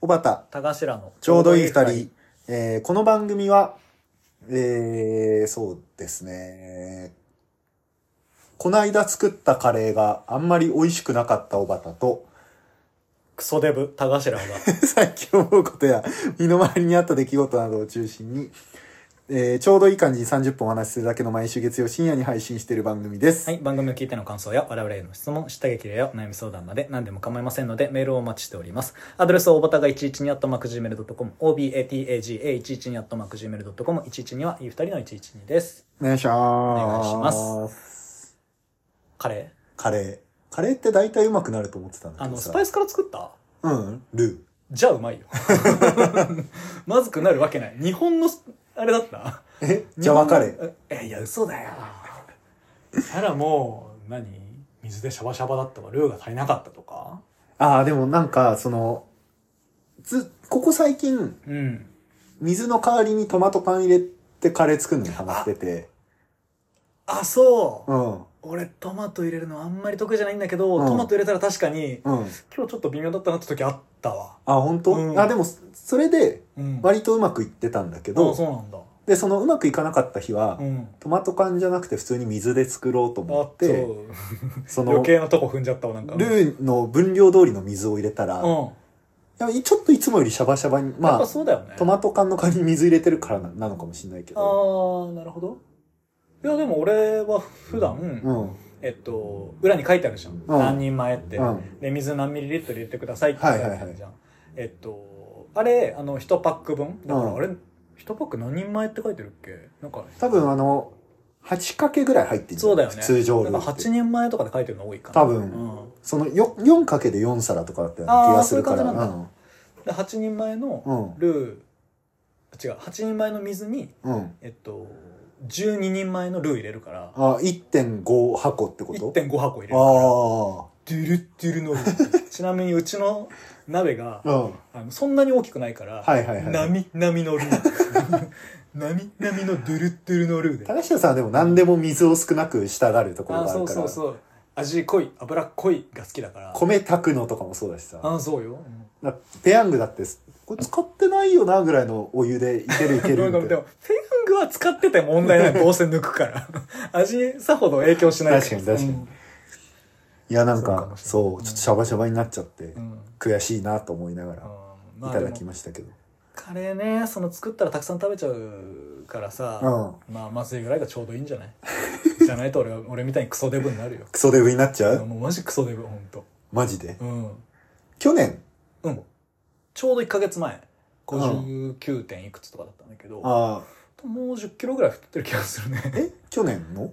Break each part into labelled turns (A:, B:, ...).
A: 小畑、
B: 田頭の
A: ちょうどいい二人。えーこの番組は、えー、そうですね。こないだ作ったカレーがあんまり美味しくなかった小畑と、
B: クソデブ田頭が
A: 最近思うことや身の回りにあった出来事などを中心に、えーちょうどいい感じに30分お話しするだけの毎週月曜深夜に配信している番組です。
B: はい番組を聞いての感想や我々への質問下劇例やお悩み相談まで何でも構いませんのでメールをお待ちしておりますアドレスはおばたが112アットマーク Gmail.com obataga112 アットマーク Gmail.com 112はいい二人の112です
A: お願いします。
B: お願いしカレー
A: カレー。カレーって大体うまくなると思ってたんだ
B: あ
A: け
B: の
A: どさ。
B: スパイスから作った
A: うん、ルー。
B: じゃあう まいよまずくなるわけない日本のあれだった
A: えジャワカレー。
B: ーいや嘘だよならもう何水でシャバシャバだったわルーが足りなかったとか
A: ああ、でもなんか、その、ず、ここ最近、
B: うん
A: 水の代わりにトマト缶入れてカレー作るのにハマってて。
B: あそう、
A: うん。
B: 俺トマト入れるのあんまり得意じゃないんだけど、
A: うん
B: トマト入れたら確かに
A: うん。
B: 今日ちょっと微妙だったなって時あったわ
A: あ、本当、
B: うん
A: あ、でも、それで、
B: うん
A: 割とうまくいってたんだけ
B: あ
A: ど、
B: そうなんだ
A: で、そのうまくいかなかった日は、
B: うん
A: トマト缶じゃなくて普通に水で作ろうと
B: あ
A: 思
B: っ
A: って、そ
B: 余
A: の、ル
B: 計なとこ踏んじゃったわなんか
A: ーの分量通りの水を入れたら、
B: うん
A: やっぱちょっといつもよりシャバシャバに、
B: やっ
A: ま
B: ぱ
A: あ、
B: そうだよね
A: トマト缶の代わりに水入れてるからななのかもしれないけ
B: あ
A: ど、
B: ーなるほどいやでも俺は普段、
A: うん、
B: えっと裏に書いてあるじゃん、何人前って、
A: うん
B: で水何ミリリットル入れてくださいって書いてあ
A: は
B: るじゃん、
A: いはいは
B: えっとあれあの1パック分だか
A: う
B: ら
A: ん
B: あれ、一1パック何人前って書いてるっけなんか
A: 多分あの、8かけぐらい入ってる
B: そうだよね
A: 普通常量
B: なん
A: っ
B: か
A: て。
B: 8人前とかで書いてるの多いかな
A: 多分
B: うん
A: そのよ4かけで4皿とかだったような気がするから。
B: あーそういう感じなんで8人前の
A: うん。
B: ルー、違う8人前の水に
A: うん。うん。
B: えっと12人前のルー入れるから
A: あ、1.5箱ってこと
B: 1.5箱入れるから
A: あ
B: ドゥルッドゥルのちなみにうちの鍋が
A: あ。うん。
B: あのそんなに大きくないから、
A: はいはいはい
B: 波波のル ー波波のドゥルッドゥルのルーで
A: 高下さんはでも何でも水を少なくしたがるところ
B: あ
A: があ
B: そ
A: る
B: う
A: か
B: そ
A: ら
B: う。そう味濃い脂濃いが好きだから
A: 米炊くのとかもそうだしさ。
B: あそうよ、
A: だペヤングだって、これ使ってないよなぐらいのお湯でいけるいけ
B: うん、
A: る
B: な
A: みたい
B: んかで
A: な
B: も。ペヤングは使ってて問題ない どうせ抜くから味さほど影響しない
A: 確かに確かに
B: うん
A: いやなん
B: そうか
A: か、
B: もしれない
A: そう、ちょっとシャバシャバになっちゃって、
B: うん
A: 悔しいなと思いなが
B: あ
A: ら
B: ーまあ
A: い
B: で
A: た
B: も
A: だきましたけど。
B: カレーねその作ったらたくさん食べちゃうからさ、
A: うん。
B: まあまずいぐらいがちょうどいいんじゃないじゃないと俺は俺みたいにクソデブになるよ
A: クソデブになっちゃう
B: もうマジクソデブほんと
A: マジで。
B: うん
A: 去年
B: うん。ちょうど1ヶ月前、59. 点いくつとかだったんだけど、も
A: ああ。
B: う10キロぐらい太ってる気がする ね。
A: え去年の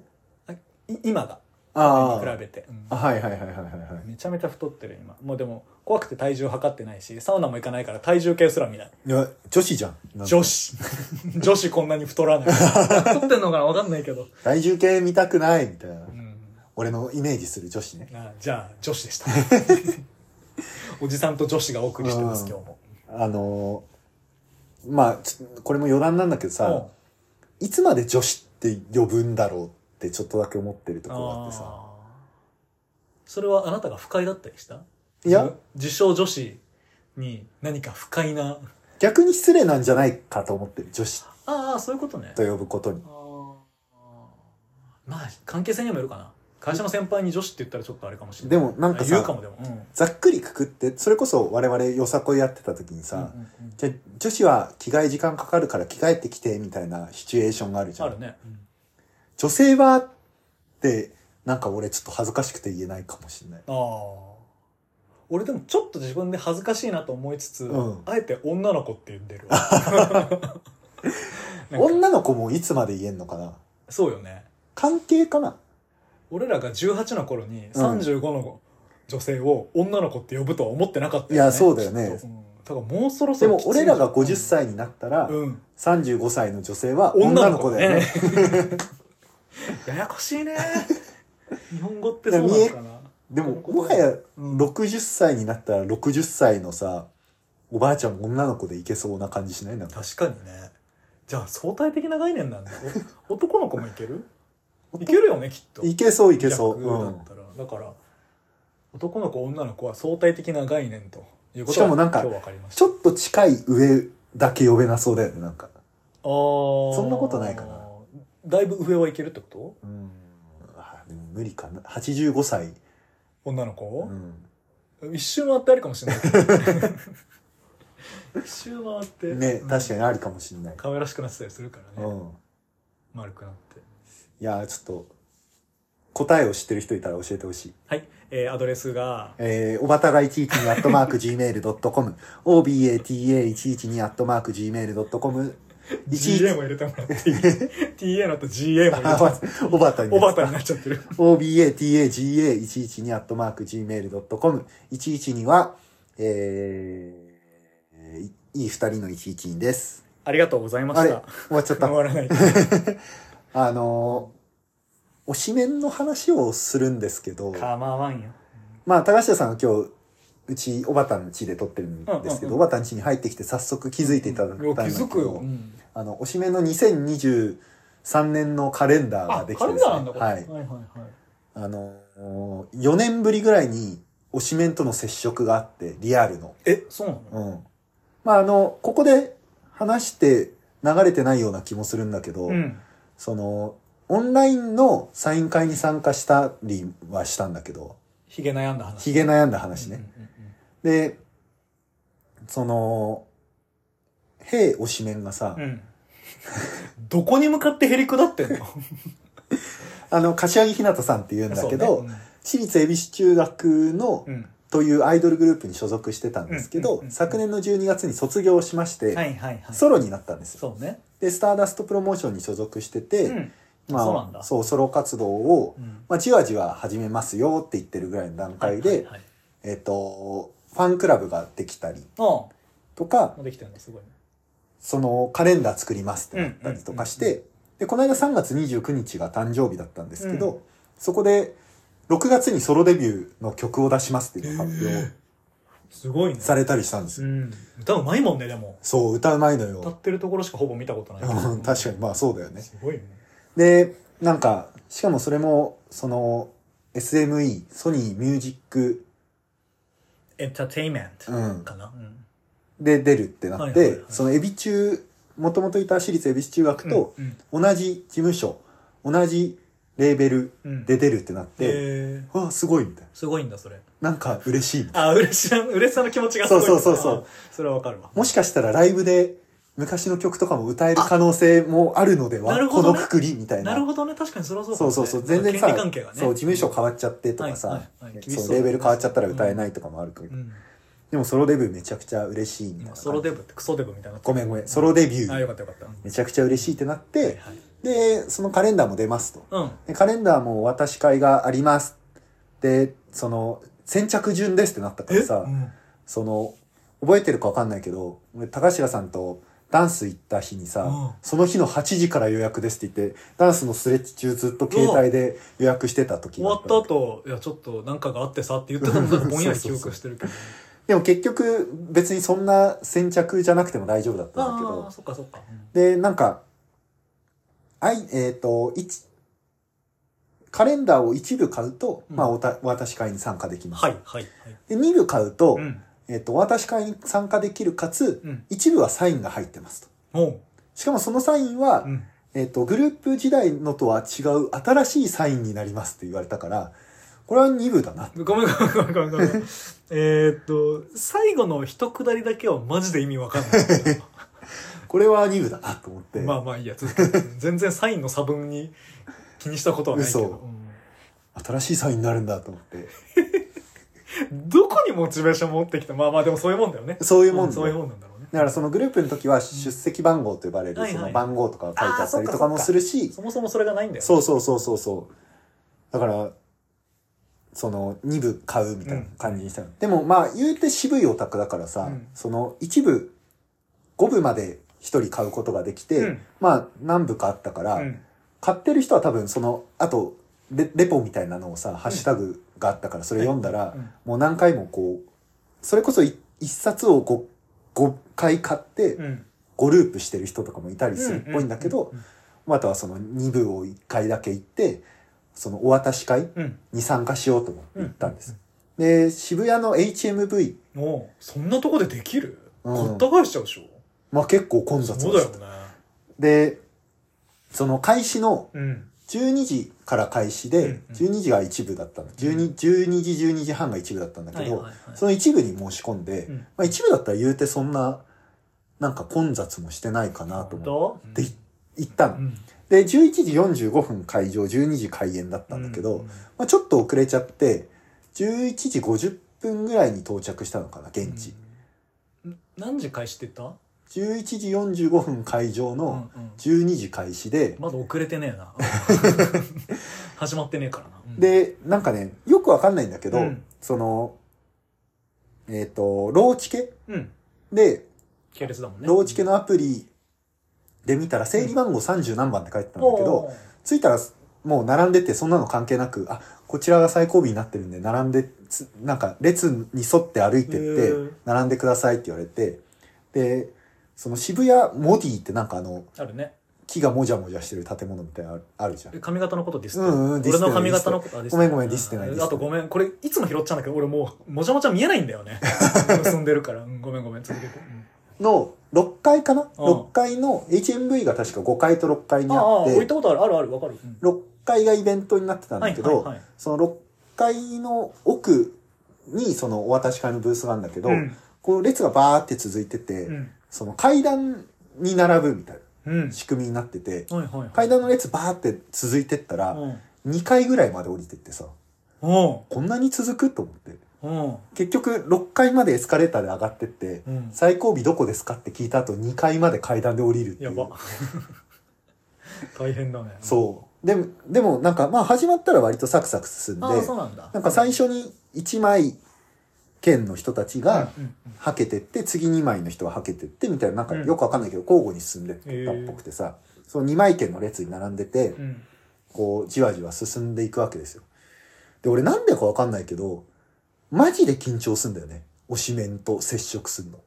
B: い今が、
A: あ
B: に比べて、うん
A: あ。はいはいはいはいはいはい。
B: めちゃめちゃ太ってる今。もうでも、怖くて体重測ってないし、サウナも行かないから体重計すら見ない。
A: いや、女子じゃん。なんか
B: 女子。 女子こんなに太らない。 太ってんのかなわかんないけど。
A: 体重計見たくないみたいな
B: う。ん。
A: 俺のイメージする女子ね。
B: あじゃあ、女子で した。おじさんと女子がお送りしてます、今日も。
A: あのー、まあ、ちょこれも余談なんだけど
B: うん
A: さ、いつまで女子って呼ぶんだろうってちょっとだけ思ってるところがあってさ。
B: あーそれはあなたが不快だったりした
A: いや、
B: 自称女子に何か不快な
A: 逆に失礼なんじゃないかと思ってる。女子
B: ああそういうことね
A: と呼ぶことに
B: あ。ーまあ関係性にもよるかな会社の先輩に女子って言ったらちょっとあれかもしれない
A: でもなんかさ
B: あ言うかもでもうん
A: ざっくりくくって、それこそ我々よさこいやってた時にさ
B: う、んうんうん
A: じゃあ女子は着替え時間かかるから着替えてきてみたいなシチュエーションがあるじゃ
B: あ
A: ん
B: る。ね、
A: 女性はって、なんか俺ちょっと恥ずかしくて言えないかもしれない。
B: ああ俺でもちょっと自分で恥ずかしいなと思いつつ、
A: うん
B: あえて女の子って言って るわなんか
A: 女の子もいつまで言えんのかな
B: そうよね
A: 関係かな
B: 俺らが18の頃に35の女性を女の子って呼ぶとは思ってなかった
A: いやそうだよね
B: きっとうんだからもうそろそ
A: で
B: ろ
A: も俺らが50
B: きついんじゃ
A: 歳になったら
B: ない、うん、
A: 35歳の女性は
B: 女
A: 女
B: の
A: の
B: 子
A: 子
B: だ
A: だ
B: よ
A: よ
B: ね
A: ね。
B: ややこしいね日本語ってそうなのかな
A: でも、もはや
B: うん
A: 60歳になったら60歳のさ、おばあちゃんも女の子でいけそうな感じしないなんか。
B: 確かにねじゃあ相対的な概念なんだお 男の子もいけるい
A: 男
B: けるよねきっと
A: いけそういけそう。
B: 逆だったら、だから男の子女の子は相対的な概念ということ
A: しかもなんか
B: 今日わかりまし
A: ちょっと近い上だけ呼べなそうだよね、なんか。
B: た。あー
A: そんなことないかな。
B: だいぶ上はいけるってこ
A: うん。あでも無理かな。85歳。
B: と女の
A: う
B: 子、
A: ん。
B: 一周回ってあるかも しれないけど。一周回って。
A: ね
B: う、ん
A: 確かにありかもしんない。
B: 可愛らしくなってたりするから
A: う
B: ね。
A: ん。
B: 丸くなって。
A: いやー、ちょっと、答えを知ってる人いたら教えてほしい。
B: はい。えーアドレスが、
A: えー、おばたが112アットマーク gmail.com、obata112 アットマーク gmail.com、
B: GA も入れてもらっていい ?TA の後 GA も入れてもらって。
A: おばたに
B: おばたになっちゃってる。
A: obataga112 アットマーク gmail.com、112は、えー、いいい二人の112です。
B: ありがとうございま
A: あ
B: し
A: れ
B: た。
A: 終わっちゃっ
B: 終
A: た。
B: わらない。
A: あのー、推しメンの話をするんですけど、
B: 構わんよ。
A: まあ、高下さんは今日、うち、おばたの家で撮ってるんですけ
B: うんうんう
A: ど、
B: ん
A: おばたの家に入ってきて早速気づいていただいたんだ
B: いや
A: け
B: 気づくよ。
A: ど
B: う、ん
A: あの、推しメンの2023年のカレンダーが
B: あ、
A: でき
B: カ
A: て
B: レ
A: で
B: ン
A: す
B: ダー
A: ね。
B: なんだ、これ。
A: は
B: はい
A: い。
B: はいはい。
A: あのー、4年ぶりぐらいに推しメンとの接触があって、リアルの。
B: え、そうなの
A: うん。まあ、あの、ここで話して流れてないような気もするんだけど、
B: うん。
A: その、オンラインのサイン会に参加したりはしたんだけど、
B: ヒゲ悩んだ話。
A: ヒゲ悩んだ
B: だ
A: 話ね。。で、その、兵推しメンがさ、
B: うん。 どこに向かってへりくだってんの
A: あの、柏木ひなたさんって言 うんだけど、
B: そうね
A: 私立恵比寿中学の、
B: うん。
A: というアイドルグループに所属してたんですけど、
B: うんうんうん
A: 昨年の12月に卒業しまして、
B: はいはいはい。
A: ソロになったんですよ。
B: そうね。
A: で、スターダストプロモーションに所属してて、
B: うん。
A: まあ
B: そうなんだ
A: ソロ活動を、
B: うん
A: まあ、じわじわ始めますよって言ってるぐらいの段階で、
B: はいはいはい
A: えっ、と、ファンクラブができたり
B: ああ、も
A: とか、
B: うできてるんだ、すごいね。
A: そのカレンダー作りますってなったりとかして、
B: うん
A: で、この間3月29日が誕生日だったんですけど、
B: うん
A: そこで6月にソロデビューの曲を出しますっていう発表
B: すごいね。
A: されたりしたんですよ。
B: うん。歌うまいもんね、でも。
A: そう、歌うまいの
B: 歌
A: よ。
B: ってるところしかほぼ見たことないけど。
A: うん確かに、まあそうだよね。
B: すごいね。
A: で、なんか、しかもそれも、その、SME、ソニーミュージック
B: エンターテインメン
A: うん
B: トかな。うん
A: で出るってなっ
B: はいはい
A: て
B: は、い
A: そのエビ中、もともといた私立エビ中学と、
B: うん
A: 同じ事務所、同じレーベル
B: うん
A: で出るってなって、
B: へー
A: わあ、すごいみたいな。
B: すごいんだ、それ。
A: なんか嬉しいみたいな。
B: あ、嬉しさ、嬉しさの気持ちがすごい。
A: そうそうそうそう
B: あ。それはわかるわ。
A: もしかしたらライブで昔の曲とかも歌える可能性もあるのでは、
B: あなる
A: こ
B: ほ
A: の
B: どね
A: くくりみたいな。
B: なるほどね、確かにそれはそうか
A: そ
B: も
A: う
B: ね
A: そうそう。全然さ、
B: 権利関係がね。
A: そう、事務所変わっちゃってとかさ、
B: はいはいはい厳しそう
A: そうレーベル変わっちゃったら歌えないとかもあるけど、
B: うん。
A: でもソロデビューめちゃくちゃ嬉しいみたいな
B: 今
A: 感じ。
B: ソロデブってクソデブみたいな。
A: ごめんごめん、ソロデビュ
B: あ、
A: ー。
B: よかったよかった。
A: めちゃくちゃ嬉しいってなっ
B: はい
A: て、
B: はい
A: で、そのカレンダーも出ますと。
B: うん。
A: でカレンダーもお渡し会があります。で、その、先着順ですってなったからさ
B: う、ん
A: その、覚えてるかわかんないけど、俺高橋さんとダンス行った日にさ、
B: うん
A: その日の8時から予約ですって言って、ダンスのスレッチ中ずっと携帯で予約してた時
B: 終
A: があ
B: わ
A: っ
B: ったた後、いや、ちょっとなんかがあってさって言ってたのなんかぼんやり記
A: そうそうそう
B: 憶してるけど。
A: でも結局別にそんな先着じゃなくても大丈夫だったんだけ
B: あ
A: ど
B: あ、、そっかそっか。うん
A: で、なんか、あい、えっ、と、一、カレンダーを一部買うと、
B: うん
A: まあおた、お渡し会に参加できます。
B: はい、はい、はい。
A: で、二部買うと、
B: うん。
A: えっ、と、お渡し会に参加できるかつ、
B: うん。
A: 一部はサインが入ってますと。
B: おう。
A: しかもそのサインは、
B: うん。
A: えっ、と、グループ時代のとは違う新しいサインになりますって言われたから、これは2部だな。
B: ごめんごめんごめんごめんごめん。えーっと、最後の一くだりだけはマジで意味わ かんないんだけど。
A: これは2部だなと思って。
B: まあまあいいや、続けて全然サインの差分に気にしたことはないけど。
A: 嘘新しいサインになるんだと思って。
B: うんどこにモチベーション持ってきたまあまあでもそういうもんだよね。
A: そういうもんだよ
B: そういうもんなんだろうね。
A: だからそのグループの時は出席番号と呼ばれ
B: は
A: る
B: い
A: そ
B: はい
A: の番号とかが書いてあったりとかもするし、
B: そもそもそれがないんだよね。
A: そうそうそうそうそう。だから、その2部買うみたいな感じにしたの。でもまあ言うて渋いオタクだからさ、
B: うん
A: その1部、5部まで1人買うことができて、
B: うん
A: まあ何部かあったから、
B: うん。
A: 買ってる人は多分その、あとレ、レポみたいなのをさ、ハッシュタグがあったからそれ読んだら、
B: うん
A: もう何回もこう、それこそい一冊を5、5回買って、
B: うん。
A: 5ループしてる人とかもいたりするっぽいんだけど、
B: うん
A: またはその2部を1回だけ行って、そのお渡し会
B: うん。
A: に参加しようと思って行ったんです。で、渋谷の HMV、
B: おうそんなとこでできる
A: う
B: ご
A: ん
B: った返しちゃうでしょ
A: まあ結構混雑
B: そう
A: を
B: だ
A: し
B: よ
A: て
B: ね
A: で、その開始の
B: うん
A: 12時から開始
B: うん
A: で、
B: うん
A: 12時が一部だったの。12、12時、12時半が一部だったんだけど、
B: はい
A: その一部に申し込んで、
B: うん
A: まあ一部だったら言うてそんな、なんか混雑もしてないかなと思
B: 本
A: っ
B: 当
A: てい行ったの。
B: うん
A: で、11時45分会場、12時開演だったんだけど、
B: うん
A: まあ、ちょっと遅れちゃって、11時50分ぐらいに到着したのかな、現地。
B: うん何時開始って言っ
A: 11時45分会場
B: た
A: の
B: うんうん
A: 12時開始で、
B: まだ遅れてねえ な始まってねえからなうん
A: で、なんかね、よくわかんないんだけど、
B: うん
A: その、えっ、と、ローチケ
B: うん
A: で、
B: 系列だもんね
A: ローチケのアプリで見たら、整理番号30何番って書いてたんだけど、
B: おう
A: 着いたらもう並んでて、そんなの関係なく、あ、こちらが最後尾になってるんで、並んで、つなんか列に沿って歩いて
B: へ
A: っ
B: ー
A: て、並んでくださいって言われて、で、その渋谷モディってなんかあの、
B: あるね
A: 木がもじゃもじゃしてる建物みたいなのあるじゃん
B: え。髪型のことディスって
A: うんうんディスっ
B: 俺
A: てない
B: の髪型のことあディス
A: ご
B: って
A: めんごめんディスってないディスってない
B: あとごめんこれいつも拾っちゃうんだけど俺もうもじゃもじゃ見えないんだよね 結んでるから、うんごめんごめん続けて、うん
A: の、6階かな
B: うん
A: ?6 階の HMV が確か5階と6階に
B: ああ
A: あっ
B: 置い
A: て、
B: たことあるあるあるわかる、うん
A: 6階がイベントになってたんだけ
B: はいはい
A: ど
B: はい、
A: その6階の奥にそのお渡し会のブースがあるんだけど
B: う、ん
A: この列がバーって続いてて、
B: うん
A: その階段に並ぶみたい
B: うん
A: な仕組みになってて、
B: はいはいはい
A: 階段の列バーって続いてったら、
B: うん
A: 2階ぐらいまで降りてってさ、
B: うん
A: こんなに続くと思って。
B: うん
A: 結局、6階までエスカレーターで上がってって、
B: うん
A: 最後尾どこですかって聞いた後、2階まで階段で降りるってい
B: や
A: う。
B: ば 大変だね
A: そう。でも、でもなんか、まあ始まったら割とサクサク進んで、
B: ああそうなんだ
A: なんか最初に1枚券の人たちが、
B: うんうんうん
A: はけてって、次2枚の人ははけてって、みたいな、なんかよくわかんないけど、交互に進んでったっぽくてさ、その2枚券の列に並んでて、
B: うん
A: こう、じわじわ進んでいくわけですよ。で、俺なんでかわかんないけど、マジで緊張すんだよね。推しメンと接触すんの。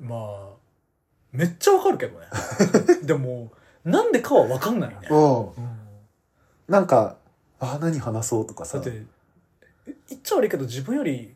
B: まあめっちゃわかるけ どねでもなんでかはわかんないね、
A: う
B: うん
A: ん。なんか、あ、何話そうとか
B: だ
A: さ
B: っ。てえ言っちゃ悪いけど自分より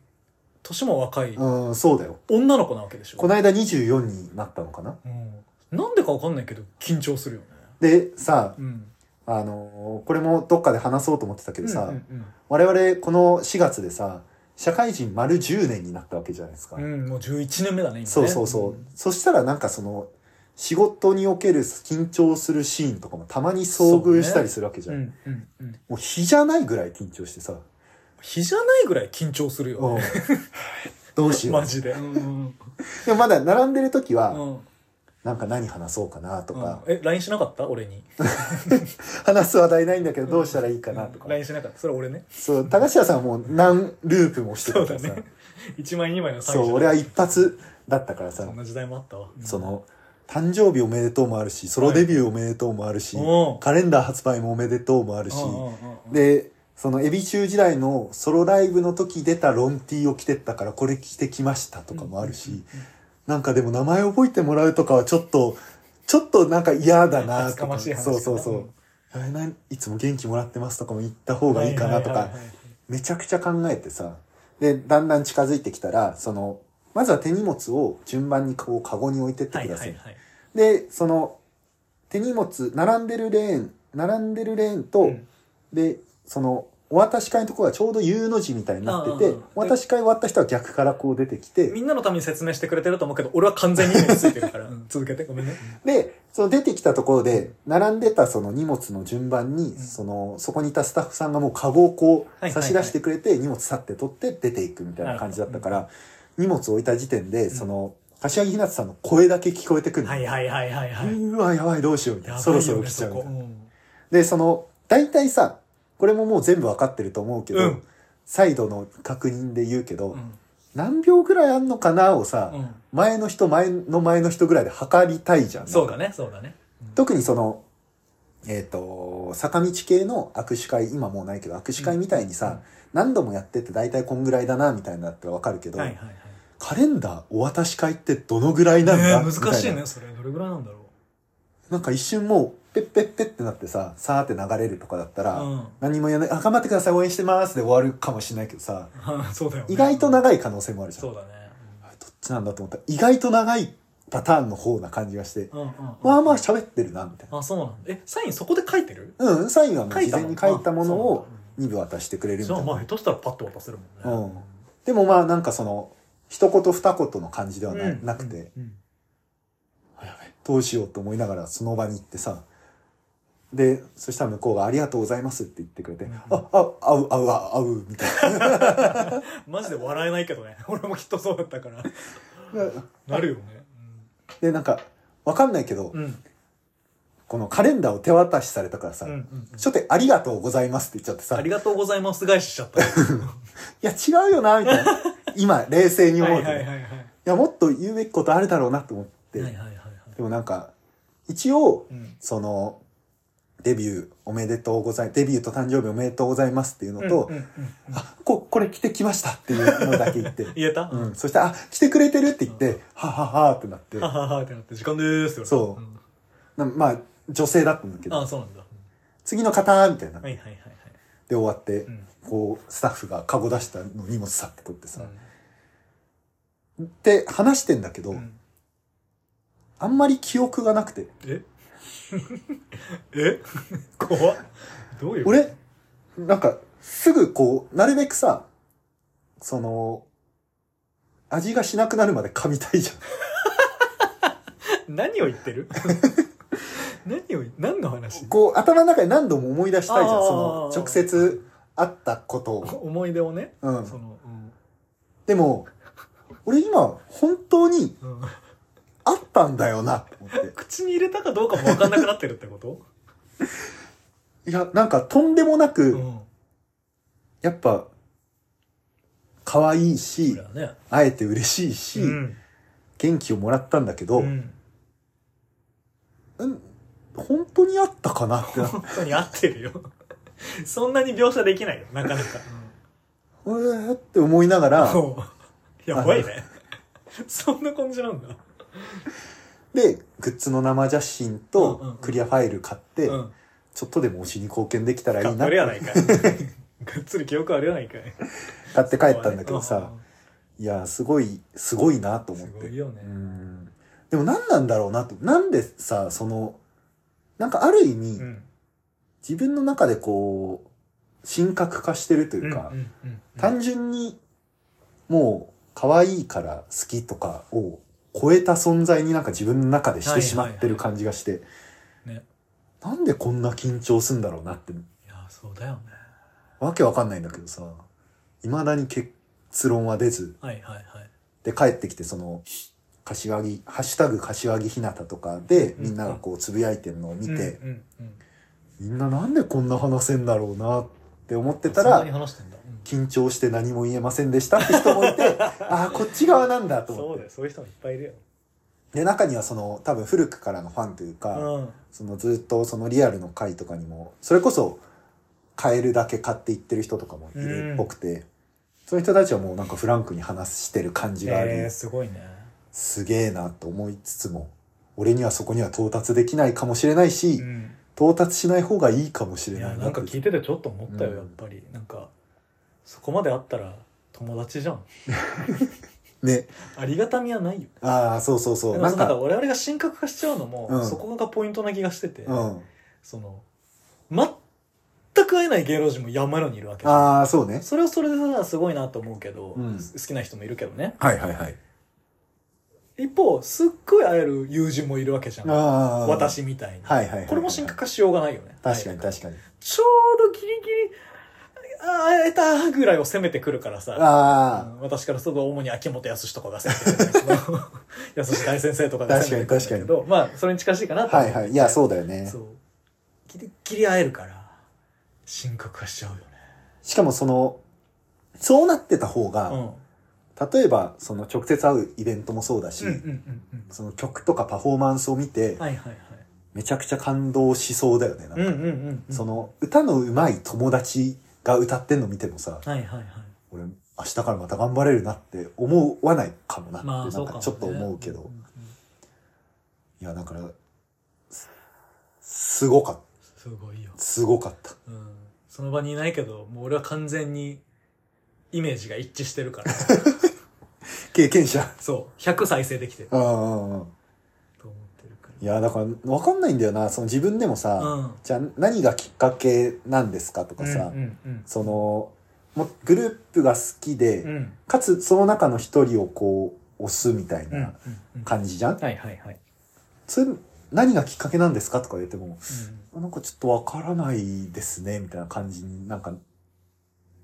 B: 年も若い
A: うん、そうだよ。
B: 女の子なわけでしょ、
A: こないだ24になったのかな
B: うん、なんでかわかんないけど緊張するよね
A: で、さ、
B: うん
A: あのーこれもどっかで話そうと思ってたけどさ、
B: うん
A: 我々この4月でさ、社会人丸10年になったわけじゃないですか。
B: うんうん、もう11年目だね今ね
A: そうそうそう。そしたらなんかその、仕事における緊張するシーンとかもたまに遭遇したりするわけじ
B: う
A: ゃ
B: ん
A: ん。
B: うんうん
A: もう日じゃないぐらい緊張してさ。
B: 日じゃないぐらい緊張するよ、
A: うん
B: ね、
A: どうしよ
B: マ
A: う。
B: ジで、うんうん
A: でもまだ並んでる時
B: う
A: は、
B: ん
A: なんか何話そうかなとか、
B: うんえ LINE しなかった俺に
A: 話す話題ないんだけどどうしたらいいかなと
B: う
A: か
B: ん。LINE しなかったそれ俺ね
A: そう、高橋さんはもう何ループもしてたから
B: そう
A: さ
B: だね。1枚2枚の詐欺
A: そう、俺は
B: は
A: 一発だったからさ
B: そん、な時代もあったわ
A: その、誕生日おめでとうもあるし、ソロデビューおめでとうもあるし
B: うん、
A: カレンダー発売もおめでとうもあるし、
B: うんうんうんうん
A: で、そのエビ中時代のソロライブの時出たロン T を着てったからこれ着てきましたとかもあるし、なんかでも名前覚えてもらうとかはちょっと、ちょっとなんか嫌だな
B: 厚
A: と
B: かま
A: か、
B: しい話だ
A: そ
B: な
A: うそうそう。あれないつも元気もらってますとかも言った方がいいかなとか
B: はいはいはいはい、
A: めちゃくちゃ考えてさ、で、だんだん近づいてきたら、その、まずは手荷物を順番にこうカゴに置いてって
B: はい
A: く
B: は
A: だ
B: いは
A: さい。
B: い
A: で、その、手荷物、並んでるレーン、並んでるレーンと、
B: うん
A: で、その、お渡し会のところがちょうど U の字みたいになって
B: ああ
A: て
B: ああ、
A: お渡し会終わった人は逆からこう出てきて
B: み、んなのために説明してくれてると思うけど、俺は完全に今についてるから、うん続けて、ごめんね。
A: で、その出てきたところで、並んでたその荷物の順番に、その、そこにいたスタッフさんがもうカゴをこ
B: は
A: う
B: い
A: 差し出してくれて、荷物去って取って出ていくみたいな感じだったから、荷物置いた時点で、その、柏木ひなたさんの声だけ聞こえてくるの。
B: はいはいはいはいはい。
A: うわ、やばい、どうしようみたい
B: やばいよ
A: な。
B: ね
A: そろそろ来ちゃうみ
B: そ
A: たい
B: こ
A: な。
B: うん
A: で、その、大体さ、これももう全部わかってると思うけど、
B: うん
A: 再度の確認で言うけど、
B: うん
A: 何秒ぐらいあんのかなをさ、
B: うん
A: 前の人、前の前の人ぐらいで測りたいじゃん。
B: そうだね、そうだね。
A: 特にその、えっ、と、坂道系の握手会、今もうないけど、握手会みたいにさ、何度もやってって大体こんぐらいだな、みたいなってわかるけど、
B: はいはいはい。
A: カレンダーお渡し会ってどのぐらいなん
B: ねえ
A: だ、
B: 難しい
A: みた
B: ね、それ。どれぐらいなんだろ
A: なんか一瞬もう、ペッペッペッってなってさ、さーって流れるとかだったら、
B: うん
A: 何も言わない、あ、頑張ってください、応援してますで終わるかもしれないけどさ、
B: そうだよね、
A: 意外と長い可能性もあるじゃん。
B: そうだね
A: あどっちなんだと思ったら、意外と長いパターンの方な感じがして、
B: うんうん、うん、
A: まあまあ喋ってるな、みたいな。
B: あそうなんだえサインそこで書いてる
A: うん、サインはもう
B: 書い
A: 事
B: たの
A: 前に書いたもの
B: あ
A: を
B: そうなんだ
A: 2部渡してくれるみ
B: じ
A: た
B: ゃあ
A: い
B: まあ
A: な。
B: 下手したらパッと渡せるもんね
A: でもまあなんかその、一言二言の感じではな,、
B: うん
A: なくて、
B: うんうん
A: どうしようと思いながらその場に行ってさ、で、そしたら向こうがありがとうございますって言ってくれて、
B: うんうん
A: あ、あ、あう、あう、ああう、みたい
B: マジで笑えないけどね 俺もきっとそうだったから
A: な。
B: なるよね
A: で、なんか、わかんないけど、
B: うんうん
A: このカレンダーを手渡しされたからさ、
B: うんうん
A: ちょっとありがとうございますって言っちゃってさ、
B: あ
A: い
B: りがとうございます返ししちゃった。
A: や違うよな、みたい な。 今、冷静に
B: は
A: 思う
B: い
A: とね、
B: はい
A: い
B: はいはい。
A: や、もっと言うべきことあるだろうなと思って、
B: はいはいはいはい。
A: でもなんか、一応
B: う、ん。
A: その、デビューおめでとうござい、デビューと誕生日おめでとうございますっていうのと、
B: うんうんうん
A: あ、こ、これ着てきましたっていうのだけ 言って。
B: 言えた
A: うん。そして、あ、来てくれてるって言って、はははってなって
B: は。ははってなって、時間でーすよ。
A: そうんなまあ、女性だったんだけ
B: あ
A: ど、
B: そうなんだ。
A: 次の方みたいな。
B: は
A: で
B: いはいはいはい。
A: 終わって
B: う、ん。
A: こう、スタッフがカゴ出したの荷物さって取ってさ。で、話してんだけど、
B: うん
A: あんまり記憶がなくて。
B: え え怖っどういうこと
A: 俺、なんか、すぐこう、なるべくさ、その、味がしなくなるまで噛みたいじゃ ん。
B: 何を言ってる 何を言、何の話
A: こう、頭の中で何度も思い出したいじゃ
B: あ
A: ん。
B: ー
A: その、直接会ったことを。
B: 思い出をね、
A: うん。
B: その、うん
A: でも、俺今、本当に
B: うん
A: あったんだよな、と思って。
B: 口に入れたかどうかも分かんなくなってるってこと
A: いや、なんか、とんでもなく、
B: うん。
A: やっぱ、可愛い
B: そ
A: し
B: りゃ、ね。
A: 会えて嬉しいし、
B: うん。
A: 元気をもらったんだけど、
B: う
A: うん、
B: ん。
A: 本当にあったかなってな。
B: 本当に合ってるよそんなに描写できないよなかなか、
A: うーって思いながら、
B: そうやばいねそんな感じなんだ
A: で、グッズの生写真
B: うんうんうん
A: とクリアファイル買って、
B: うん
A: ちょっとでも推しに貢献できたらいいな
B: あ
A: っ
B: るや
A: て
B: ないかいがっつり記憶あるやないかい
A: 買って帰ったんだけどさ、いや、すごい、すごいなと
B: うん
A: 思っ
B: す
A: て
B: ご。いよ
A: う
B: ね
A: んでも何なんだろうなと。なんでさ、その、なんかある意味、
B: うん
A: 自分の中でこう、神格化してると
B: う
A: い
B: ん
A: う
B: う
A: か、
B: んうん
A: 単純に、もう、可愛いから好きとかを超えた存在になんか自分の中でしてしまってる感じがして、
B: ね
A: なんでこんな緊張すんだろうなって、
B: いやそうだよね
A: わけわかんないんだけどさ、未だに結論は出ず、
B: はいはいはい
A: で帰ってきてその柏木「ハッシュタグ柏木ひなた」とかで
B: うん
A: みんながこうつぶやいてるのを見て、
B: うんうんうん
A: みんななんでこんな話せんだろうなって思ってた
B: そんなに
A: ら
B: 話してんだ、うん
A: 緊張して何も言えませんでしたって人もいて ああこっち側なんだと思
B: そ
A: っ
B: う
A: て
B: だよそういう人もいっぱいいるよ
A: で中にはその多分古くからのファンというか、
B: うん
A: そのずっとそのリアルの回とかにもそれこそ買えるだけ買っていってる人とかもいるっぽくて、そういう人たちはもうなんかフランクに話してる感じがあり、
B: えー、すごいね
A: すげえなと思いつつも、俺にはそこには到達できないかもしれないし、
B: うん
A: 到達しない方がいいかもしれ
B: い
A: な
B: や
A: い
B: なんか聞いててちょっと思ったよ、
A: うん
B: やっぱりなんかそこまであったら友達じゃん
A: ね。
B: ありがたみはないよ
A: ああ、そうそうそ
B: で
A: う。
B: も
A: な
B: そ
A: ん
B: うなんか
A: か、
B: 我々が神格化しちゃうのも、
A: うん
B: そこがポイントな気がしてて、
A: うん。
B: その全く会えない芸能人も山のにいるわけじゃん
A: ああ、そうね。
B: それはそれでさすごいなと思うけど、
A: うん
B: す好きな人もいるけどね
A: はいはいはい。
B: 一方すっごい会える友人もいるわけじゃ
A: あ
B: ん
A: あ。。
B: 私みたいに、
A: はいはいはいはい。
B: これも神格化しようがないよね
A: 確かに
B: はい
A: 確かに。
B: ちょうどギリギリあー会えたぐらいを攻めてくるからさ
A: あ
B: うん私からすぐ主に秋元康とかが好きですけど 康大先生とかが好きだけどまあそれに近しいかな
A: あ。
B: と
A: はいはい。いや、
B: う
A: そうだよね
B: そ。うギリギリ会えるから深刻化しちゃうよね
A: しかもその、そうなってた方
B: うん
A: が、例えば、その直接会うイベントもそうだし
B: うんう、んうん
A: その曲とかパフォーマンスを見て
B: うん、はいはいはい
A: めちゃくちゃ感動しそうだよね。なんか
B: うんうんうんうん
A: その歌の上手い友達が歌ってんの見てもさ、
B: はいはいはい
A: 俺明日からまた頑張れるなって思わないかもなって、
B: まあそう
A: なんか
B: かもね
A: ちょっと思うけど、
B: んん
A: いやだからすごかっ
B: すごいよ
A: た。、すごかった。
B: うん、その場にいないけどもう俺は完全にイメージが一致してるから
A: 経験者。
B: そう100再生できてる
A: うんうんうん。
B: と思ってるか
A: いや、だから、わかんないんだよな。その自分でも
B: ら
A: さ、
B: うん
A: じゃあ何がきっかけなんですかとかさ、
B: うんうん
A: その、もグループが好きで、
B: うんうん
A: かつその中の一人をこう、押すみたい
B: うんうん
A: な
B: うん
A: 感じじゃん、
B: はいはいはい、
A: それ、何がきっかけなんですかとか言っても、
B: うん
A: なんかちょっとわからないですね、みたいな感じになんか、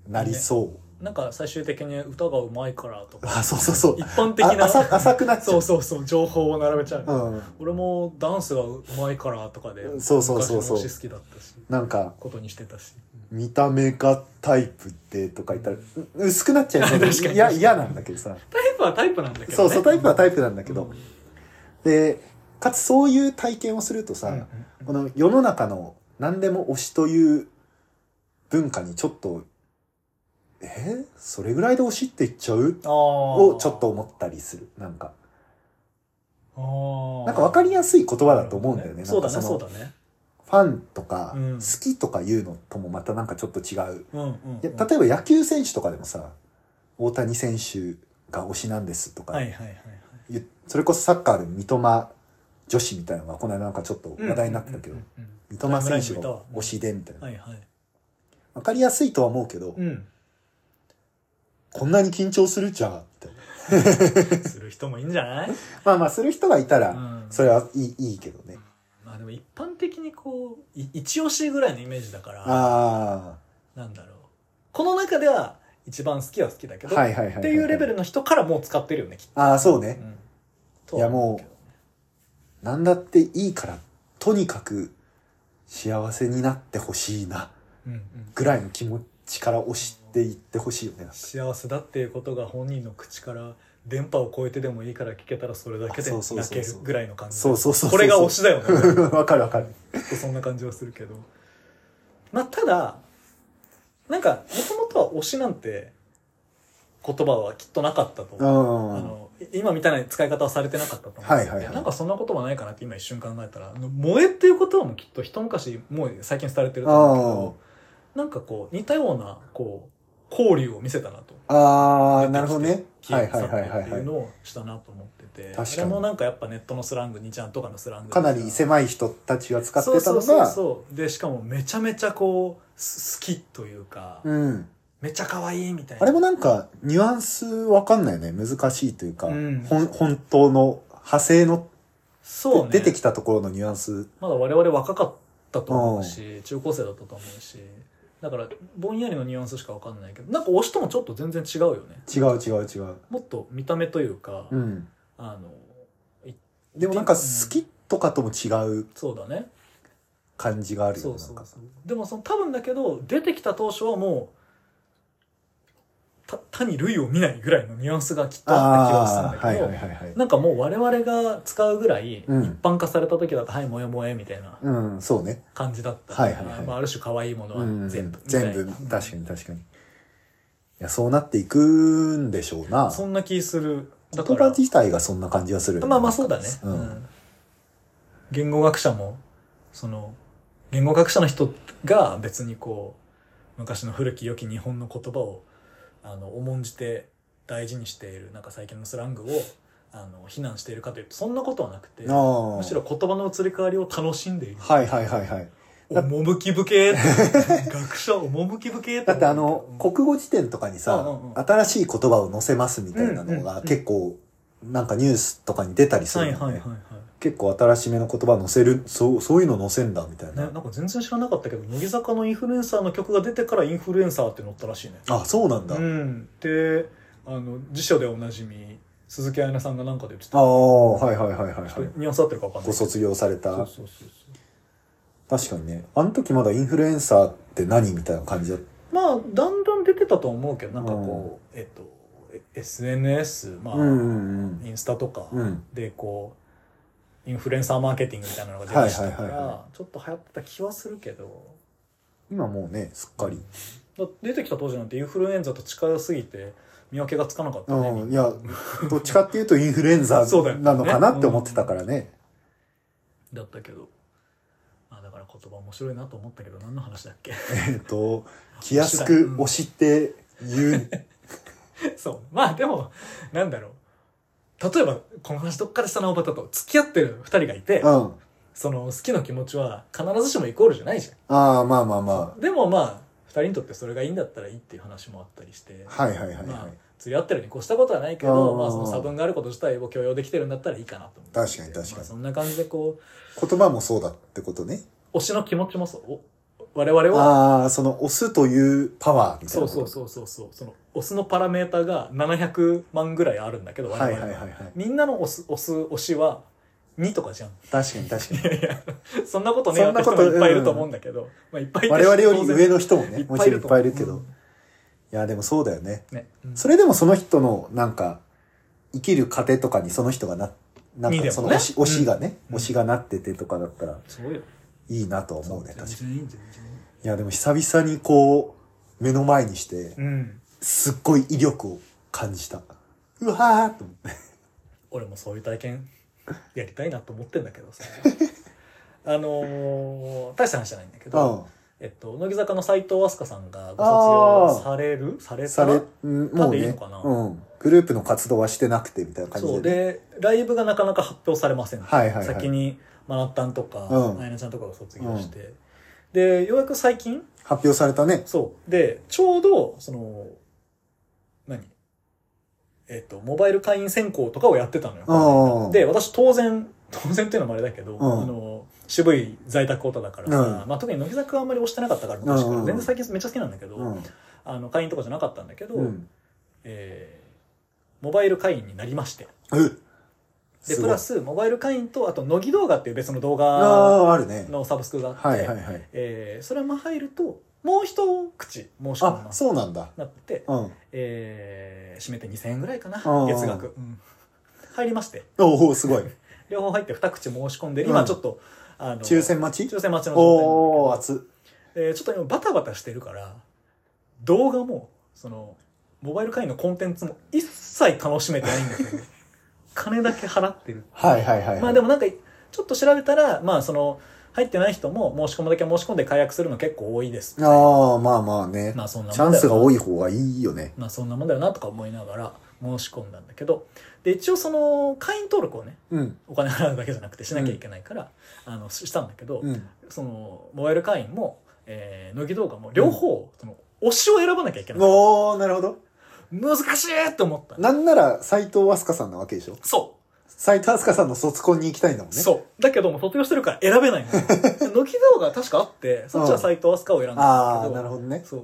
A: なりそう。
B: なんか最終的に歌がうまいからとか
A: あ、そうそうそう
B: 一。般的
A: あ
B: な
A: 浅浅くなっちゃ。
B: そううそうそう情報を並べちゃう、
A: うん。
B: 俺もダンスがうまいからとかで
A: そうそうそうそう
B: 昔の推し好きだったし
A: なんか、
B: ことにしてたし、うん
A: 見た目がタイプでとか言ったら、う薄くなっちゃうよね
B: 確かに
A: いや、嫌なんだけどさ。
B: タイプはタイプなんだけど、ね、
A: そうそう、タイプはタイプなんだ
B: だ
A: けど。で、かつそういう体験をするとさ、この世の中の何でも推しという文化にちょっと、えそれぐらいで推しって言っちゃうを
B: を
A: ちょっと思ったりする。なんか、
B: と
A: なんか分かりやすい言葉
B: そ
A: だと思うんだよね。
B: そうだ
A: な
B: ね
A: んかの
B: そうだね
A: ファンとか、
B: うん
A: 好きとかいうのともまたなんかちょっと違う。
B: うんうん
A: で例えば野球選手とかでもさ、大谷選手が推しなんですとか、
B: はいはいはいはい
A: ゆそれこそサッカーで三笘女子みたいなのがこの間なんかちょっと話題になってたけど、
B: うんうんうん
A: 三笘選手が推しでみたい
B: うん
A: な。
B: はいはい
A: わかりやすいとは思うけど、
B: うん
A: こんなに緊張するじゃんって。
B: する人もいいんじゃない、
A: まあまあ、する人がいた
B: う
A: ら、
B: ん
A: それはいいいいけどね。
B: まあでも一般的にこうい一押しぐらいのイメージだから
A: あ
B: なんだろうこの中では一番好きは好きだけ
A: あ、
B: ど、
A: はいはいはいはい。
B: っていうレベルの人からもう使ってるよねきっ
A: ああ、そう
B: と、
A: ね。
B: ん
A: いやもうなんだっていいから、とにかく幸せになってほしいな、
B: う、うんうん、
A: ぐらいの気持ちから押していってほしいよね。
B: 幸せだっていうことが本人の口から電波を超えてでもいいから聞けたらそれだけで
A: あそうそう
B: 泣
A: そ
B: け
A: う
B: る
A: そう
B: ぐらいの感じ
A: そうそうそうそう。
B: これが推しだよね
A: わかるわかる。
B: ちょっとそんな感じはするけどまあただなんかもともとは推しなんて言葉はきっとなかったと、
A: う
B: あ
A: ん。
B: のい今みたいな使い方はされてなかったと思うんです
A: はいは
B: よ
A: いはい
B: でなんかそんなことはないかなって今一瞬考えたらあの萌えっていう言葉もきっと一昔もう最近されてると思うけどなんかこう似たようなこう交流を見せたなと
A: ああ、なるほどね。
B: 消
A: はい
B: えて
A: はい
B: 去っ
A: は
B: て
A: いはい
B: ってい
A: は
B: う
A: い。
B: のをしたなと思ってて
A: 確かに
B: あれもなんかやっぱネットのスラングにちゃんとかのスラング
A: かなり
B: い
A: 狭い人たちが使ってたの
B: そうそうそう
A: が、
B: そうでしかもめちゃめちゃこうす好きというか、
A: うん。
B: めちゃ可愛いみたいな
A: あれもなんか、ニュアンスわかんないよね。難しいというか、
B: うん
A: ほん本当の派生の、
B: そう、ね、
A: 出てきたところのニュアンス。
B: まだ我々若かったと思うし中高生だったと思うしだからぼんやりのニュアンスしか分かんないけどなんか推しともちょっと全然違うよね
A: 違う違う違う。
B: もっと見た目というか、
A: うん。
B: あの
A: でもなんか好きとかとも違う
B: そうだね
A: 感じがあるよ
B: そ
A: ね
B: うそう
A: なんか
B: そうでもその多分だけど出てきた当初はもうた他に類を見ないぐらいのニュアンスがきっと
A: あ
B: あった
A: あ、
B: 気がす
A: はい
B: るんだ
A: はい
B: けど
A: はいはい。
B: なんかもう我々が使うぐらい一
A: うん
B: 般化された時だと「はいもえもえ」みたいな
A: うん、そうね。
B: 感じだったから
A: はいはいはい
B: まあある種可愛いもの
A: う
B: は
A: ん、
B: 全部みたいな
A: 全部、確かに確かに。いや、そうなっていくんでしょうな。
B: そんな気するだか
A: 言葉
B: ら
A: 自体がそんな感じがするよね。
B: まあまあそうだね、
A: うん
B: うん言語学者もその言語学者の人が別にこう昔の古き良き日本の言葉をあの重んじて大事にしているなんか最近のスラングをあの非難しているかというとそんなことはなくてむ
A: ああ。
B: しろ言葉の移り変わりを楽しんでいる
A: はいはいはいはい。だ
B: 趣深え 学者趣深えと思う
A: だってあの
B: うん、
A: 国語辞典とかにさ、
B: うんうんうん
A: 新しい言葉を載せますみたいなの
B: うんうんう
A: が
B: ん
A: 結構、なんかニュースとかに出たりす
B: は
A: る
B: い
A: の
B: はい
A: ね、
B: はいはい
A: 結構新しめの言葉載せる、そう、そういうの載せんだみたい
B: ね、
A: な。
B: なんか全然知らなかったけど乃木坂のインフルエンサーの曲が出てからインフルエンサーって載ったらしいね
A: あ、そうなんだ。
B: う
A: あ
B: ん、であの辞書でおなじみ鈴木愛菜さんが何かで言ってた、
A: あ、はいはいはいはい、は
B: ちょっ
A: い
B: と。ニュアンス合ってるか分かんない
A: ご卒業された。
B: そうそうそうそ
A: 確かにね。あの時まだインフルエンサーって何みたいな感じだっ
B: うまあだんだん出てたと思うけどなんかこう、えっとえ SNS ま
A: た。
B: あ、
A: うんうん
B: インスタとか
A: うん。うん。
B: でこうインフルエンサーマーケティングみたいなのが出てきたか
A: はいはいはい
B: ら
A: は
B: ちょっと流行ってた気はするけど
A: 今もうね、すっかり。
B: だ出てきた当時なんてインフルエンザと近すぎて見分けがつかなかったね、
A: うん。いや、どっちかっていうとインフルエンザ
B: そうだよね
A: なのかなって思ってたからね。
B: だったけど、まあだから言葉面白いなと思ったけど何の話だっけ
A: えっと、気安く押して言う。
B: そうまあでもなんだろう例えばこの話どっからしたなおばたと付き合ってる2人がいて、
A: うん。
B: その好きの気持ちは必ずしもイコールじゃないじ
A: ああ、まあまあま
B: ゃんでもまあ2人にとってそれがいいんだったらいいっていう話もあったりして
A: あ。はいはいはいはい。
B: まあ釣り合ってるに越したことはないけど
A: あー
B: まあその差分があること自体を許容できてるんだったらいいかなと思って
A: 確かに確かに
B: まあそんな感じでこ
A: 言葉もそうだってことね。
B: う推しの気持ちもそうお我々は
A: ああ、その押すというパワーみたい
B: そ
A: な。
B: うそうそうそうそうそのオスのパラメーターが700万ぐらいあるんだけど我
A: は
B: 々
A: い
B: は、
A: はいはいはい。
B: みんなのオスオス推しは2とかじゃん
A: 確かに確かに。
B: いや そんなことね
A: そ
B: やっ
A: ん
B: て
A: な
B: る
A: こ
B: 人
A: と
B: もいっぱいいると思うんだけど、まあ、いっぱいいて
A: 我々より
B: 当然
A: 上の人もね、もちろんいっぱいいるけ
B: う
A: ど。い
B: ん
A: や、でもそうだよね。
B: ねうん
A: それでもその人の、なんか、生きる糧とかにその人がな、なん
B: にでもね
A: かその推し、推しがね、
B: うん
A: 推しがなっててとかだったら
B: そうよ
A: いいなとは思うね、確かに。
B: 全然いいんじゃない
A: いや、でも久々にこう、目の前にして、
B: うん
A: すっごい威力を感じた。うわーっと思って。
B: 俺もそういう体験やりたいなと思ってんだけど さあのー大した話じゃないんだけ
A: う
B: ど、
A: ん。
B: えっと、乃木坂の斎藤飛鳥さんがご卒業されるされた
A: され、うんもう
B: でいいの
A: ね
B: かな、
A: うん。グループの活動はしてなくてみたいな感じ
B: そう
A: でね。
B: でライブがなかなか発表されません、
A: はいはいはい
B: 先にマナッタンとか、
A: うん
B: アイナちゃんとかが卒業して、でようやく最近
A: 発表されたね。
B: そうでちょうどその何えっとモバイル会員選考とかをやってたのよ、
A: うん。
B: で、私当然当然っていうのもあれだけど、
A: うん
B: あの渋い在宅オタだからさ、
A: う
B: まあ、特に乃木坂はあんまり押してなかったから
A: ん
B: 昔から、全然最近めっちゃ好きなんだけど、
A: うん。
B: あの会員とかじゃなかったんだけど、
A: うん。
B: えーモバイル会員になりまして
A: うん。
B: ですプ
A: ごい
B: ラスモバイル会員とあと乃木動画っていう別の動
A: あ
B: 画
A: あ、あるね。
B: のサブスクがあって、
A: はいはいはい。
B: えーそれも入るともう一口申し込み
A: あ、
B: ます
A: そうなんだ。
B: なって、
A: うん。
B: えー、締めて2000円ぐらいかな
A: うん
B: 月額、うん入りまして
A: おお、すごい。
B: 両方入って2口申し込んで
A: うん
B: 今ちょっと、あの
A: 抽選待ち
B: 抽選待ちの
A: お
B: 状
A: お、
B: 態なんだ
A: 熱。
B: けど、えーちょっと今バタバタしてるから動画もそのモバイル会員のコンテンツも一切楽しめてないんだけ ど金だけ払ってる
A: はいはいはいはい。
B: まあでもなんかちょっと調べたらまあその入ってない人も申し込むだけ申し込んで解約するの結構多いです
A: ああ、まあまあね。
B: まあそんなもん
A: チ
B: だ
A: ャ
B: よ
A: ン
B: な
A: スが多い方がいいよね。
B: まあそんなもんだよなとか思いながら申し込んだんだけどで一応その会員登録をね
A: うん。
B: お金払うだけじゃなくてしなきゃいけないから、あのしたんだけど、
A: うん。
B: そのモバイル会員も、えー、乃木動画も両方、その推しを選ばなきゃいけない
A: おおなるほど。
B: 難しいって思った
A: なんなら、斎藤飛鳥さんなわけでしょ
B: そう
A: 斎藤飛鳥さんの卒コンに行きたいんだもんね。
B: そう。だけども、卒業してるから選べ ないの。乃木動画確かあって、そっちは斎藤飛鳥を選んだんだ
A: あ
B: け
A: あ、
B: ど、
A: なるほどね。
B: そう。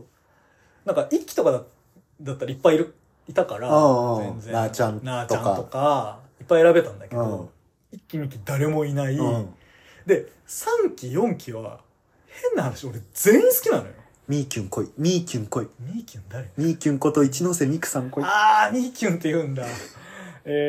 B: なんか、一期とかだだったらいっぱいいる、いたから、
A: うんうん
B: 全然。
A: なあちゃんとか
B: なあちゃんとか、いっぱい選べたんだけ
A: うん
B: ど、一期、二期誰もいない。
A: うん。
B: で、三期、四期は、変な話、俺全員好きなのよ。
A: みーきゅん来い。みーきゅん来い。
B: 二期の誰
A: みーきゅんこと一ノ瀬美空さん来い。
B: あー、二期ゅんって言うんだ。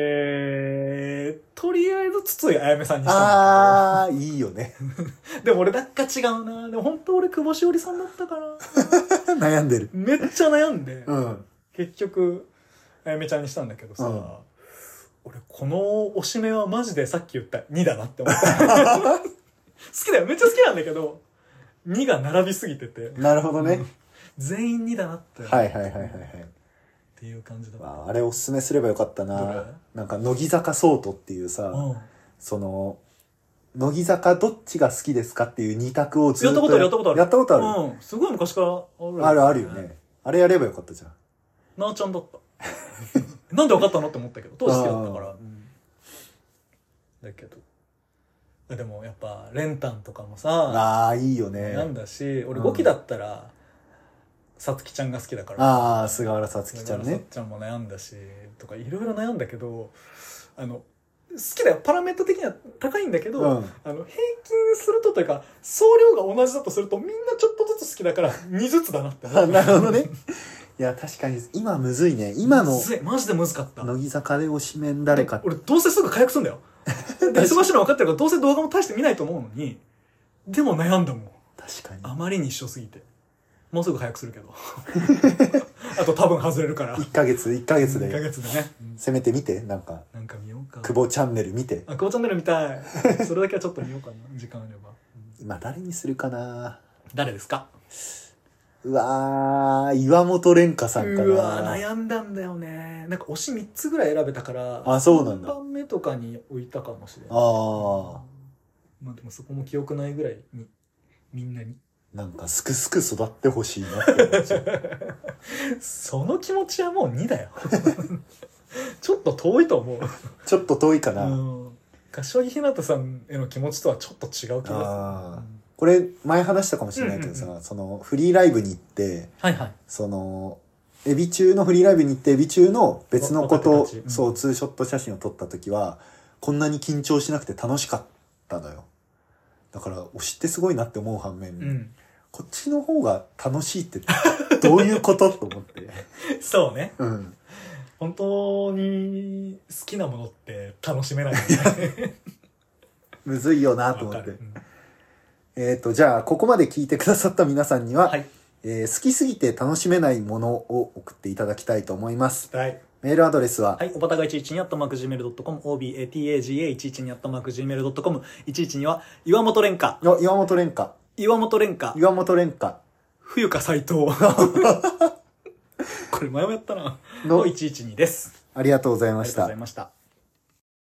B: えー、とりあえず、筒井あやめさんにしたんだけど。
A: ああ、いいよね。
B: でも俺なんか違うなでも本当俺久保しおりさんだったから
A: 悩んでる。
B: めっちゃ悩んで、
A: うん。
B: 結局あやめちゃんにしたんだけどさ、
A: うん
B: 俺このおしめはマジでさっき言った2だなって思った 好きだよめっちゃ好きなんだけど2が並びすぎてて
A: なるほどね。
B: 全員2だなって、
A: はい
B: っ
A: はいはいはいはい。
B: ていう感じだった、
A: わああれおすすめすればよかった
B: どれ
A: な。なんか、乃木坂ソートっていうさ、
B: うん、
A: その、乃木坂どっちが好きですかっていう二択をず
B: や
A: っ
B: ったこととあるやったことある
A: やったことある。
B: うん、すごい昔からある
A: あるあるよね。あれやればよかったじゃん。
B: なあちゃんだった なんで分かったのって思ったけど当時好きだったから
A: あー
B: だけどあでもやっぱレンタンとかもさ
A: あー、いいよね
B: 悩。んだし俺
A: うん
B: 5期だったらさつきちゃんが好きだから
A: ああ、菅原さつきちゃん
B: だからさ
A: ね
B: つ。きちゃんも悩んだしとかいろいろ悩んだけどあの好きだよパラメータ的には高いんだけど、
A: うん。
B: あの平均するとというか総量が同じだとするとみんなちょっとずつ好きだから2ずつだなって思
A: あ
B: う
A: なるほどね。いや、確かに、今むずいね。今の
B: むずいマジでむずかった
A: 乃木坂で推しメン誰かって
B: 俺どうせすぐ火薬 すんだよで忙しいの分かってるからどうせ動画も大して見ないと思うのにでも悩んだもん
A: 確かに。
B: あまりに一緒すぎてもうすぐ早くするけ どあと多分外れるから
A: 1ヶ月、1ヶ月
B: 1ヶ
A: で。
B: 月でね、
A: せめて見て、なんか、
B: なんか見ようか
A: 久保チャンネル見て。
B: あ久保チャンネル見たいそれだけはちょっと見ようかな時間あれば
A: 今誰にするかな
B: 誰ですか
A: うわー、岩本蓮香さんか
B: うわ
A: な。
B: 悩んだんだよねなんか推し3つぐらい選べたから
A: あそうなんだ
B: 3番目とかに置いたかもしれない
A: あ
B: まあでもそこも記憶ないぐらいにみんなに
A: ー、なんかすくすく育ってほしいなって思っちゃう。
B: その気持ちはもう2だよ ちょっと遠いと思う
A: ちょっと遠いかな。
B: うん柏木ひなたさんへの気持ちとはちょっと違う気が
A: あー
B: するうん
A: これ前話したかもしれないけどさ、
B: うんう
A: そのフリーライブに行って、
B: はいはい
A: その、エビ中のフリーライブに行って、エビ中の別の子
B: 若
A: と
B: 手たちう、ん
A: そう、ツーショット写真を撮った時は、こんなに緊張しなくて楽しかったのよ。だから、推しってすごいなって思う反面、
B: うん
A: こっちの方が楽しいって、どういうことと思って。
B: そうね
A: うん。
B: 本当に好きなものって楽しめないよ ね
A: むずいよなと思
B: わか
A: って
B: る。うん
A: えっ、と、じゃあ、ここまで聞いてくださった皆さんには、
B: はい
A: えー好きすぎて楽しめないものを送っていただきたいと思います。
B: はい
A: メールアドレスは、
B: はい、おばたが112やったマーク Gmail.com、obataga112 やったマーク Gmail.com、112は岩本蓮華、
A: の岩本蓮華、
B: 岩本蓮華、
A: 岩本蓮華
B: 冬香 斎藤。これ前もやったな。
A: の
B: の112です。
A: ありがとうござい
B: あ
A: ま
B: り
A: し
B: がとうご
A: た
B: ざい。ました。